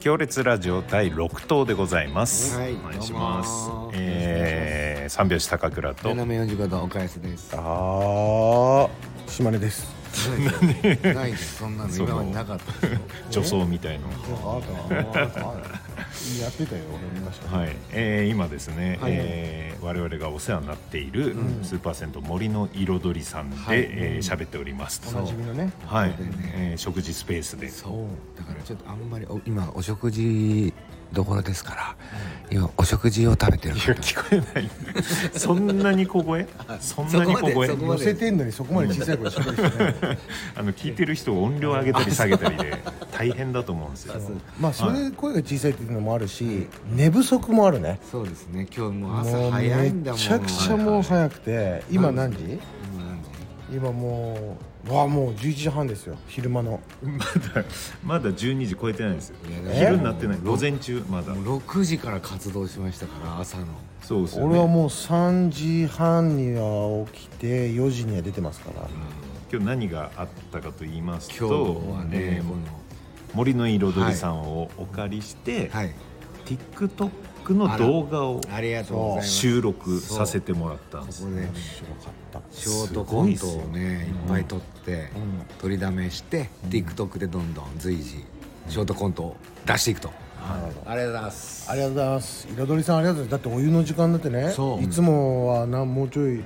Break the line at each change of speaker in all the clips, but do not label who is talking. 強烈ラジオ第6棟でございます、
はい
お願いします
どうも
えー、三拍子高倉と
斜め四十五度お返しです。
あ
島根です
ないです。そんなの今までなかったですよ。
ー女装みたいの
あなたあなたあなたやってたよ俺見ました
はい、えー今ですね、
はい
えー我々がお世話になっているスーパー銭湯森の彩りさんで喋、
はい
えー喋っております
おなじみのね
はい、
そうだよね
えー食事スペースで
そう。だからちょっとあんまりお今お食事どころですから、今お食事を食べてる
いや聞こえない そんなに小声そんなに小声
そこま
寄
で
せてんのにそこまで小さい声しっかりしてない
あの聞いてる人を音量上げたり下げたりで大変だと思うんですよ
まあそれで声が小さいっていうのもあるし寝不足もあるね
そうですね。今日もう
も
朝
う
早いんだ
め
もん。
ちゃくちゃもう早くて今何時
今何時
今もうわあもう11時半ですよ昼間の
まだまだ12時超えてないんですよ
いやだから
昼になってない午前中まだ
もう6時から活動しましたから朝の
そうですよ
俺は
ね
もう3時半には起きて4時には出てますから
今日何があったかと言います
今
と
日はね、
えー
こ
森の彩りさんをお借りして、
のはい
TikTok の動画を
ありがとうございます
収録させてもらったんです
ここで
面白かった
ショートコントをねいっぱい撮って、取りだめして、TikTok でどんどん随時ショートコントを出していくと、ありがとうございます
ありがとうございます彩りさんありがとうございますだってお湯の時間だってね
そう
いつもはなもうちょい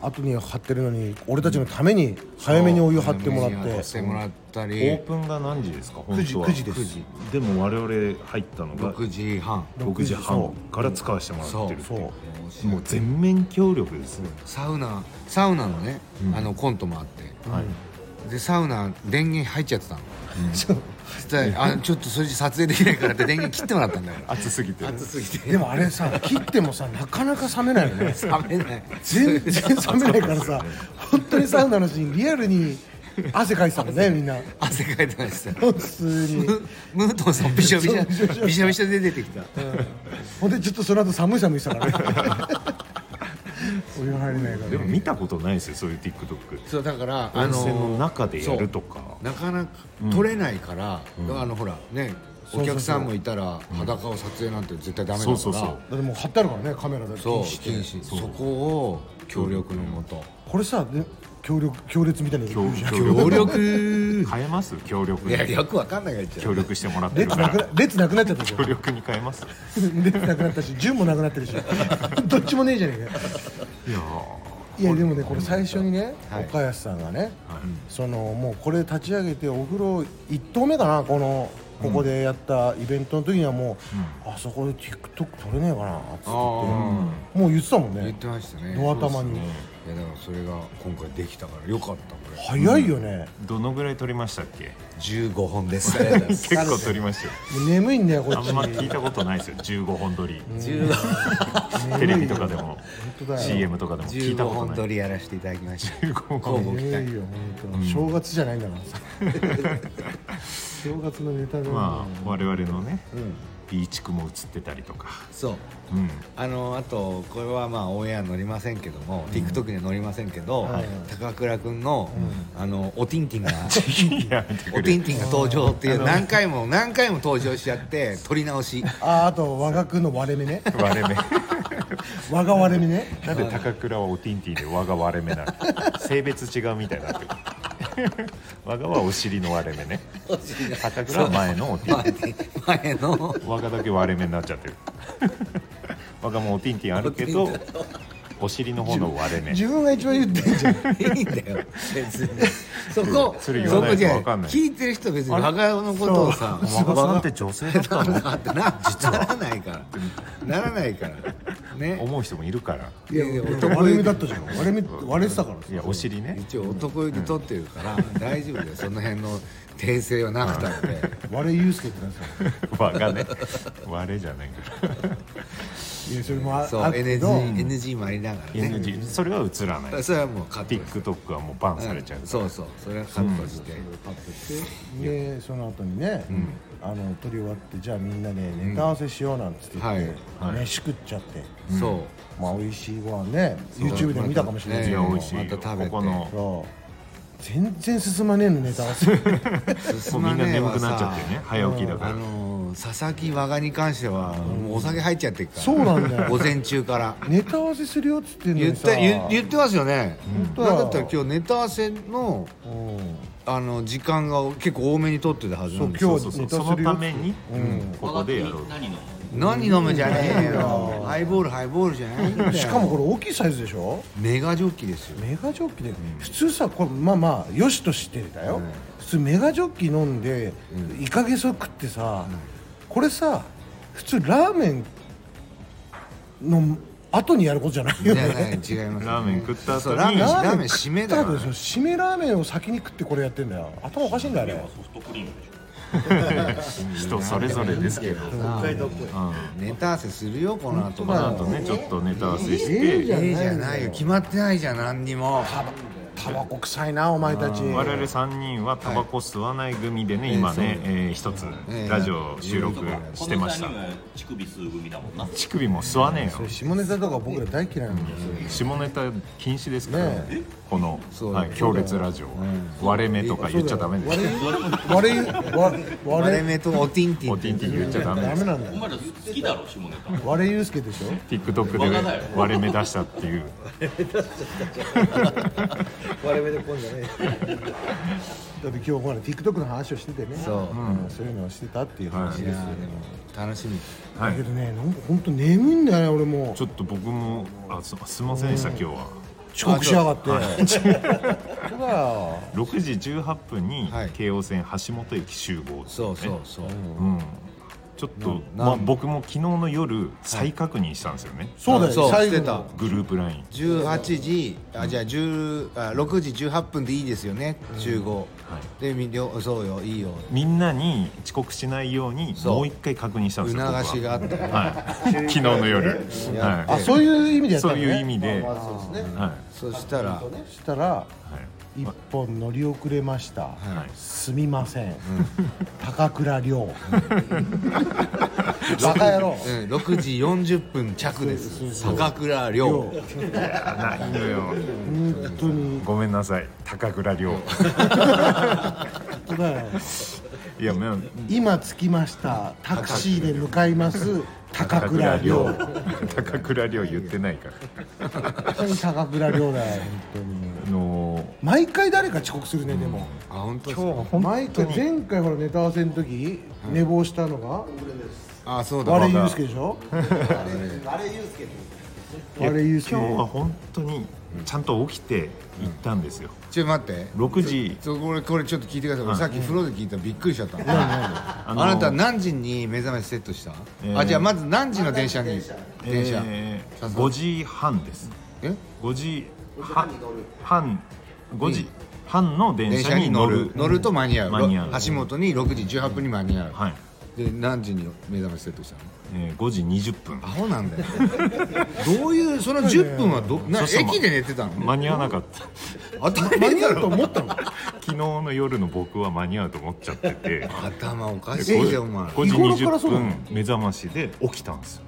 後に張ってるのに俺たちのために早めにお湯張ってもらっ
早めに張
て
ってもらった
オ
り
ープンが何時ですか本当は
9時です
でも我々入ったのが
6時半
6時半から使わせてもらってるっていう
そうそう
もう全面協力ですね
サウナサウナのね、あのコントもあって、でサウナ電源入っちゃってたの、そしたらあ「ちょっとそれじゃ撮影できないから」って電源切ってもらったんだから
暑すぎて
暑すぎて
でもあれさ切ってもさなかなか冷めないよね
冷めない
全然冷めないからさ本当にサウナのシーンリアルに汗かいてたもんねみんな
汗かいてました
普通に
ムートンさんびしょびしょびしょびしょで出てきた
ほんでちょっとその後寒い寒いしたから ねお湯入れないから
でも
ね
見たことないですよそういう TikTok
そうだから
温泉の中でやるとか
そうなかなか撮れないから、あのほらねお客さんもいたら裸を撮影なんて絶対ダメだから、
そうそうそう
だってもう張ってあるからねカメラだって
そう
して
禁止そこを協力のもと
これさで強力強烈みたいなの
協
言うじゃん
協
力
変えます協力
い
に
やよくわかんないから言っちゃ
協
う
力してもらってる
列
か
なく
ら
な列なくなっちゃったじゃん
協力に変えます
列なくなったし順もなくなっ てるしどっちもねえじゃねえかよ
いや
いやでもねこれ最初にね、
はい
岡安さんがね、そのもうこれ立ち上げてお風呂1投目かなこのここでやったイベントの時にはもう、あそこで TikTok 撮れねえかなっつって
あー
もう言ってたもん
言っ
ね
てましたね
ドア玉に
そうですねいやだからそれが今回できたからよかったこれ
早いよね、
ーどのぐらい撮りましたっけ
15本で す
結構撮りましたよ
もう眠いんだよこ
あ
っ
ん
ち
ま聞いたことないですよ15本撮り
15
テレビとかでも
当だよ
CM とかでも聞いた
15
こと
本
な
撮
い
りやらせていただきました
15本
交互期
眠
待
いよ本当、正月じゃないんだからさ 正月のネタが、
まあ我々のね
うん
ビーチクも映ってたりとか
そう
うん
あのあとこれはまあオンエア乗りませんけども、TikTok には乗りませんけど、
はい
高倉君の,、あのおティンテ ィンが
いやめてく
お
れ
ティンティンが登場っていう何回も何回も登場しちゃって撮り 直し
ああと我が君の割れ目ね
割れ目
我が割れ目ね
なんで高倉はおティンティンで我が割れ目なの性別違うみたいになってる我がはお尻の割れ目ね高倉は前のおティン
前前の
我がだけ割れ目になっちゃ ってる我がもおティンティンあるけどお尻の方の割れ目
自分が一番言ってんじゃん
いいんだよ別にそこ
それ言わないと
じゃ
わかんない
聞いてる人別に我がのことをさ
若さんって女性だったの
だってなならないからならないからね
思う人もいるから
いやいや男
割れ
湯
目だったじゃん割れ目割れてたからさ
いやお尻ね
一応男湯で撮ってるから大丈夫だよその辺の訂正はなくたって
割れゆうすけってなんですか
我が ね割れじゃないから
いやそれもあ
そう
あってど
NG, NG もありながらね
NG それは映らない
それはもうカットです
TikTok はもうバンされちゃうから
そうそうそれはカットして、カットして
でその後にね、あの撮り終わってじゃあみんなでネタ合わせしようなんつって言って、
はいはい
飯食っちゃって、
そ
まあ美味しいご飯ね
う
YouTube でも見たかもしれない
い
け
や
ど、
美味しいよ
また食べて
ここの
そ全然進まねえのネタは
もうみんな眠くなっちゃってね早起きだか
あ
ら
のー佐々木和賀に関しては、もうお酒入っちゃってるから
そうなんだよ
午前中から
ネタ合わせするよっつってんの
言
に
っ
さ
て言言ってますよね、
本当
な
だ
んだったら今日ネタ合わせの
うん
あの時間が結構多めに取ってたはずなんです
そ
よ
そううそうそ
ネ
う
タ
そ
するよ
のために
うん
ここでやろう
何の
何飲むじゃねえよハイボールハイボールじゃないんだよ
しかもこれ大きいサイズでしょ
メガジョッキですよ
メガジョッキで、普通さこれまあまあよしとしてだよ、普通メガジョッキ飲んで、イカゲソ食ってさ、これさ普通ラーメンの後にやることじゃない
じ
よ
ゃ
ね
ない違いますよね
ラーメン食った後に
そうラーメン
ラ
ラーメン締めだから
多分その締めラーメンを先に食ってこれやってんだよ頭おかしいんだよあれ
ソフトクリームでしょ
人それぞれですけど、うん、こ
北海道っぽい
ネタ合わせするよこの後も
の後ねちょっとネタ合わせして、
ええじゃないよ決まってないじゃん何にも
タバコ臭いなお前たち
我々3人はタバコ吸わない組でね、今ね、えー一つ
ええ
ラジオ収録してました
この3人は乳首吸う組だもんな
乳首も吸わねえよ
下ネタとか僕ら大嫌いなんですよ
下ネタ禁止ですから、
ね
この、
そう
はい、強烈ラジオ、割れ目とか言っちゃダメです
悪い悪い
割
悪
れ
い
目とおティンティン
おティンティン言っちゃダ
ダ
メで
メ
す
なんだ
お
よ
前ら好きだろ下ネタ
悪いユースケでしょ
TikTok
バカだよ
で割れ目出したっていう
割れ目でこんじゃねえ
だって今日ほら TikTok の話をしててね
そう
うんそういうのをしてたっていう話
い
ですよ
やでも楽しみ
は
だ
い
けどねなんか本当眠いんだよね俺も
ちょっと僕もあすすいませんでした、今日は
遅刻しやがってそうだよ
6時18分に
はい
京王線橋本駅集合っていうね
そうそうそう
うんちょっと、
な
まあ、僕も昨日の夜再確認したんですよね、
そうだ
そ
よ
う
最
し
後
てた
グループ LINE
18時あじゃあ10あ6時18分でいいですよね集合でみょそうよいいよ
みんなに遅刻しないように
そう
もう一回確認したんです
促
よ
し
僕
があ
は
ったよ
はい、昨日の夜、
あ
は
そういう意味
い、
でやっ
そ
たの
う
ね
いう意味で、
まあそうですね
は
そしたら
そしたら
い
一本乗り遅れました、
はいはい、
すみません、高倉涼 バカ野郎
うん6時40分着です坂倉涼
ないのよ
本当に
ごめんなさい高倉涼
本当だよ
いやまあ
今着きましたタクシーで向かいます高倉涼本
高倉涼言ってないから
当に高倉涼だよ本当に
あの
毎回誰か遅刻するねでも
あ本当ですか
今日毎回前回ほらネタ合わせの時寝坊したのが
あそうだ
我
我
ゆ
が
うすけでしょ
あれユースケ
いや
我ゆうすけ
今日は本当にちゃんと起きて行ったんですよ、
ちょっと待って
6時
そうこれこれちょっと聞いてください、俺さっき風呂で聞いたらびっくりしちゃった、
あ
あ
の
なた何時に目覚めセットした、
えー
あじゃあまず何時の電車に電車、
えー5時半です
え
5時半5時半の電
電
車
車
に
に
乗
乗
る
る乗ると間に合う
間に合う
ろ橋本に6時18分に間に合う、
はい、
で何時に目覚めセットしたの
えー、5時20分
アホなんだよ どういうその10分はどな
そうそう
駅で寝てたの
間に合わなかった
当たり前だろ
思ったの
昨日の夜の僕は間に合うと思っちゃって て
頭おかしい
5
よお前
時
日頃から
20
そうなの
分目覚ましで起きたんですよ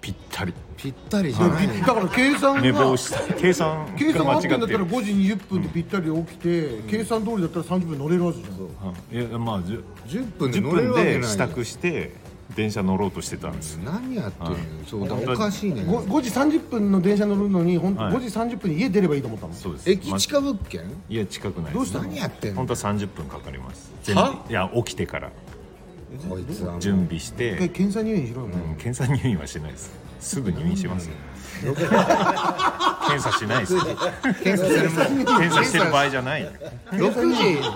ぴったり
ぴったりじゃないの
だから計算
寝
が
坊した 計算
計
が
算
間
が合
違
ってんだ
っ
ってたら
る
5時20分でぴったり起きて、計算通りだったら30分乗れるはずじゃん、
うんいやまあじゅ
10分で
10
乗れる
分
わけない
で
よ
支度して電車乗ろうとしてたんですよ
何やってるのよそうだからおかしいね
5, 時30分の電車乗るのに本当
はい
5時30分に家出ればいいと思ったの、
そうです
駅近物件
いや近くない
どうしたの
何やってんの
本当は30分かかります全
はい
や起きてから
こいつはもう
準備し
一回
て、
検査入院しろよ、お前
うん検査入院はしないですすぐ入院します、検査しないです
検査するもん
検査してる場合じゃない
6時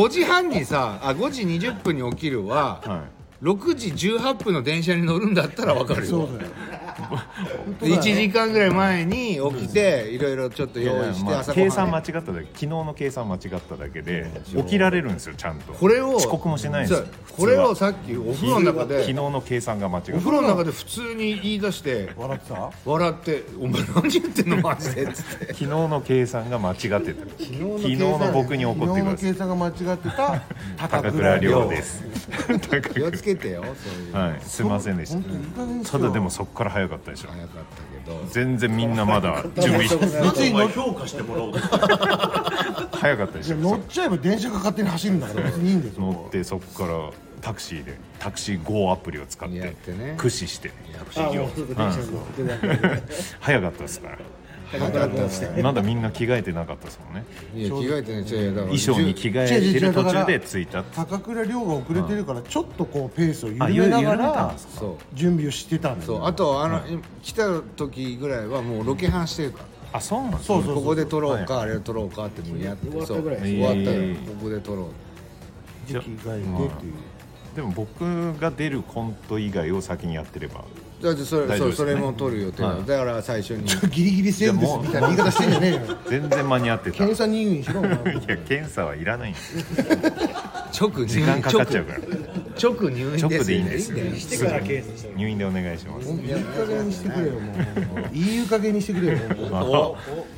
5時半にさあ5時20分に起きるは、
は
6時18分の電車に乗るんだったら分かる
そう
よ
だよ
1時間ぐらい前に起きていろいろちょっと
い
用意して
まあ
朝ご
計
は
算
ん
間違
ね
っただけ昨日の計算間違っただけで起きられるんですよちゃんと
これを
遅刻もしないんですよ
そうこれを
普通は
さっきお風呂の中
昨日
で
の計算が間違った
お風呂の中で普通に言い出して
笑ってた
笑って「お前何言ってんのマジで」っつって
昨日の計算が間違ってた昨日の僕に怒ってくださ
昨日
い
の計算が間違ってた
高倉涼 です高
気
倉
をつけてよそういう
はいすいませんでした
本当にいい加減にし
た
ろ
だでもそこから早かっったでしょ
早かったけど
全然みんなまだ準備
なぜ今評価してもらおうと
早かったでしょ
乗っちゃえば電車が勝手に走るんだから別にいいんですよ
乗ってそこからタクシーでタクシー GO アプリを使っ
やっててね
駆使して
あもうそうか電車乗ってなんか
早かったですから
早かったですね
まだみんな着替えてなかったですもんね
いや着替えてねちょいやだから
衣装に着替えてる途中で着いたって
高倉涼が遅れてるからちょっとこうペースを
あ
緩めなが
緩めたん
ら
ですか
そう
準備をしてたんだよ
そうあとあの、来た時ぐらいはもうロケハンしてるから
あそうなんです
そうそう
ここで撮ろうか、あれを撮ろうかってもうやって
終わった
そう
ぐらい
終わったよ、
へえ
ここで撮ろう
時期がいてっていう
でも僕が出るコント以外を先にやってれば
だってそれ,、
大丈夫
そう
です
それも撮る予定だ、
はい
だから最初に
ギリギリセーフですみたいな言い方してんじゃねえよ
全然間に合ってた
検査任意にしろお前
いや検査はいらないんです
直
時間かかっちゃうから
直直入院
直でいいんですよ
いいんだ
してから検査してもらう
入院でお願いします
いい加減にしてくれよもういい加減にしてくれよもう
まあ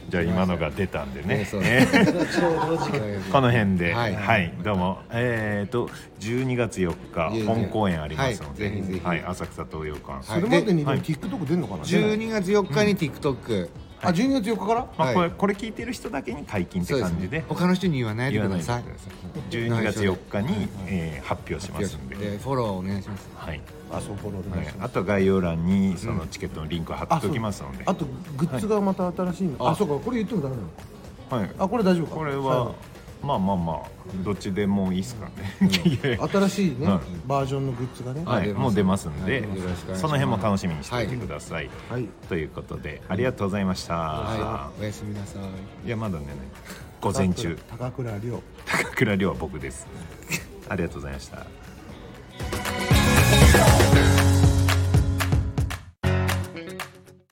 じゃあ今のが出たんでね
ねそう
ね
ちょうど時間
この辺で、
は
はいい、どうも、えっ、と、12月4
いえい
日、
え
本公演ありますので、
はいぜひぜひ
はい浅草東洋館。
それまでにでも TikTok 出んのかな
12月4日に TikTok、
あ12月4日から
まあ、こ
は
れ、
い
これ聞いてる人だけに解禁って
そうです
感じで。
ね他の人に言わないで
言わ
く
ない
だ
でくだ
さ
さ
い
い。12月4日に、えー発表しますんで。
でフォローお願いします
はい。
あそこのお
は
願い
い
します
あと概要欄に、そのチケットのリンクを貼っておきますので。
あとグッズがまた新しいの
はい
あそうかこれ言ってもダメなのか
はい。
あこれ大丈夫か
これ
最後
は、まあまあまあ、どっちでもいいですかね。 いやいや
新しいね、
はい
バージョンのグッズがね、
はい、
出ます
もう出ますんで、
はいよろしくお願いします
その辺も楽しみにしておいてください。
はい
ということで、ありがとうございました。
はいおやすみなさい
いやまだ寝ない午前中
高倉涼
高倉涼は僕ですありがとうございました